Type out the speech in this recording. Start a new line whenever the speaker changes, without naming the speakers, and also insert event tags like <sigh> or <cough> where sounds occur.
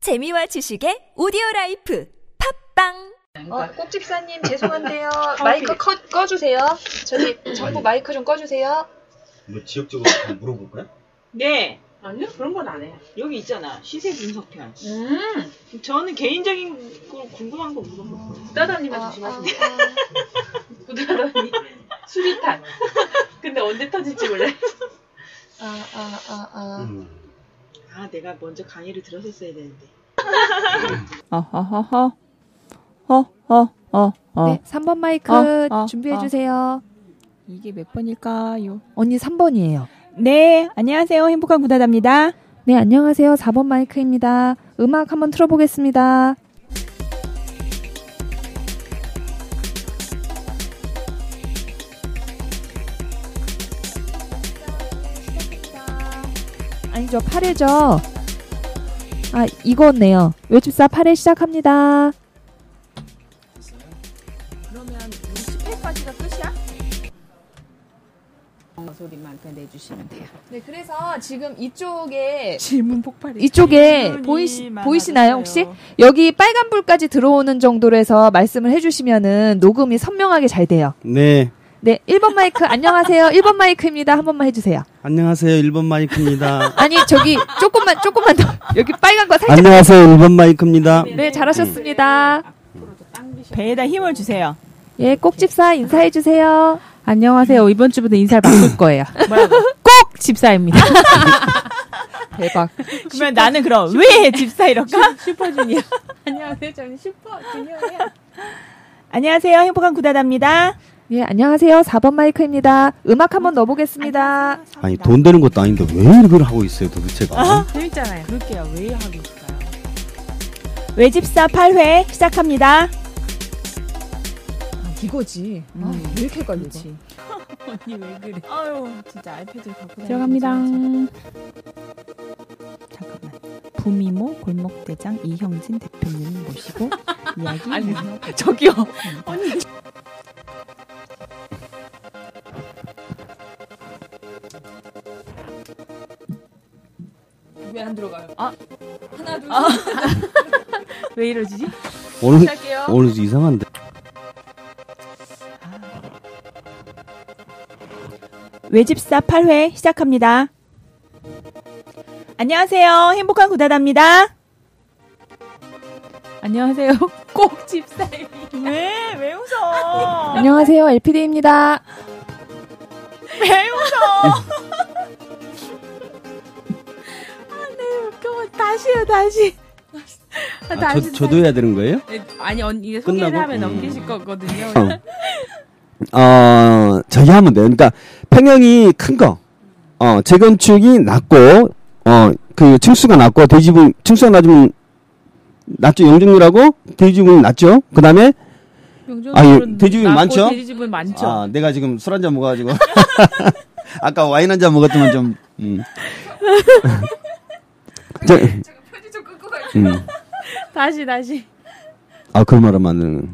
재미와 지식의 오디오 라이프 팝빵
어, 꽃집사님 <laughs> 죄송한데요. 마이크 컷, 꺼주세요. 저기 정부 마이크 좀 꺼주세요.
뭐 지역적으로 다 물어볼까요?
네. 아니요, 그런 건 안 해. 여기 있잖아. 시세 분석편.
음.
저는 개인적인 걸 궁금한 거 물어봤어요.
구다다님만
아,
조심하시면 돼요. <laughs> 구다다님 수리탄. 근데 언제 터질지 몰라.
아, 아, 아, 아.
음.
아, 내가 먼저 강의를 들었었어야 되는데.
어허허허. 어어어 어.
네, 3번 마이크
어, 어,
준비해
어.
주세요.
이게 몇 번일까요?
언니 3번이에요.
네, 안녕하세요. 행복한 구다다입니다.
네, 안녕하세요. 4번 마이크입니다. 음악 한번 틀어 보겠습니다. 아니죠. 8회죠. 아, 이거네요. 외집사 8회 시작합니다.
그러면 10회까지가 끝이야?
네, 그래서 지금 이쪽에
질문 폭발이.
이쪽에 보이시, 보이시나요, 혹시? 여기 빨간 불까지 들어오는 정도로 해서 말씀을 해주시면은 녹음이 선명하게 잘 돼요.
네.
네, 1번 마이크, 안녕하세요. 1번 마이크입니다. 한 번만 해주세요.
안녕하세요. 1번 마이크입니다.
아니, 저기, 조금만, 조금만 더. 여기 빨간 거 살짝.
<laughs> 안녕하세요. 1번 마이크입니다.
네, 잘하셨습니다.
배에다 힘을 주세요.
예, 꼭집사 인사해주세요.
안녕하세요. 이번 주부터 인사를 바꿀 거예요.
뭐라고?
꼭 집사입니다. <laughs>
대박.
그러면 나는 그럼 왜 집사 이럴까? <laughs>
슈퍼주니어. 안녕하세요. 저는 슈퍼주니어예요.
안녕하세요. 행복한 구다다입니다.
예, 안녕하세요. 4번 마이크입니다. 음악 한번 넣어보겠습니다.
아니 돈 되는 것도 아닌데 왜 이걸 하고 있어요 도대체가?
재밌잖아요.
그럴게요. 왜 하고 있을까요?
외집사 8회 시작합니다.
이거지.
아,
왜 이렇게 걸리지?
<laughs>
언니 왜 그래?
아유, 진짜 아이패드 갖고 다니는
들어갑니다.
거지. 잠깐만. 부미모 골목대장 이형진 대표님 <laughs> 모시고 이야기
아니,
나눠.
저기요.
왜 안 들어가요? 하나, 둘,
왜 이러지?
오늘
시작해요.
오늘 좀 이상한데.
아,
외집사 8회 시작합니다. 안녕하세요. 행복한 구다다입니다. <laughs>
안녕하세요. 꼭 집사입니다.
왜? 왜 웃어?
안녕하세요. LPD입니다.
왜 웃어?
웃겨. 다시 해요, 다시. 아,
아, 저, 저도 해야 되는 거예요?
네, 아니, 언니 소개를
끝나고?
하면
음.
넘기실 거거든요.
어 저희 하면 돼요. 그러니까 평형이 큰 거, 어 재건축이 낮고, 어그 층수가 낮고 대지분 층수가 낮으면 낮죠 영준이라고 대지분 낮죠. 그 다음에
명절
아니,
집은
돼지집은
낮고
많죠?
돼지집은 많죠.
아, 내가 지금 술 한 잔 먹어가지고. <laughs> 아까 와인 한 잔 먹었더만 좀, 음. 저, 음.
다시 다시.
아, 그런 말 하면 안 되는.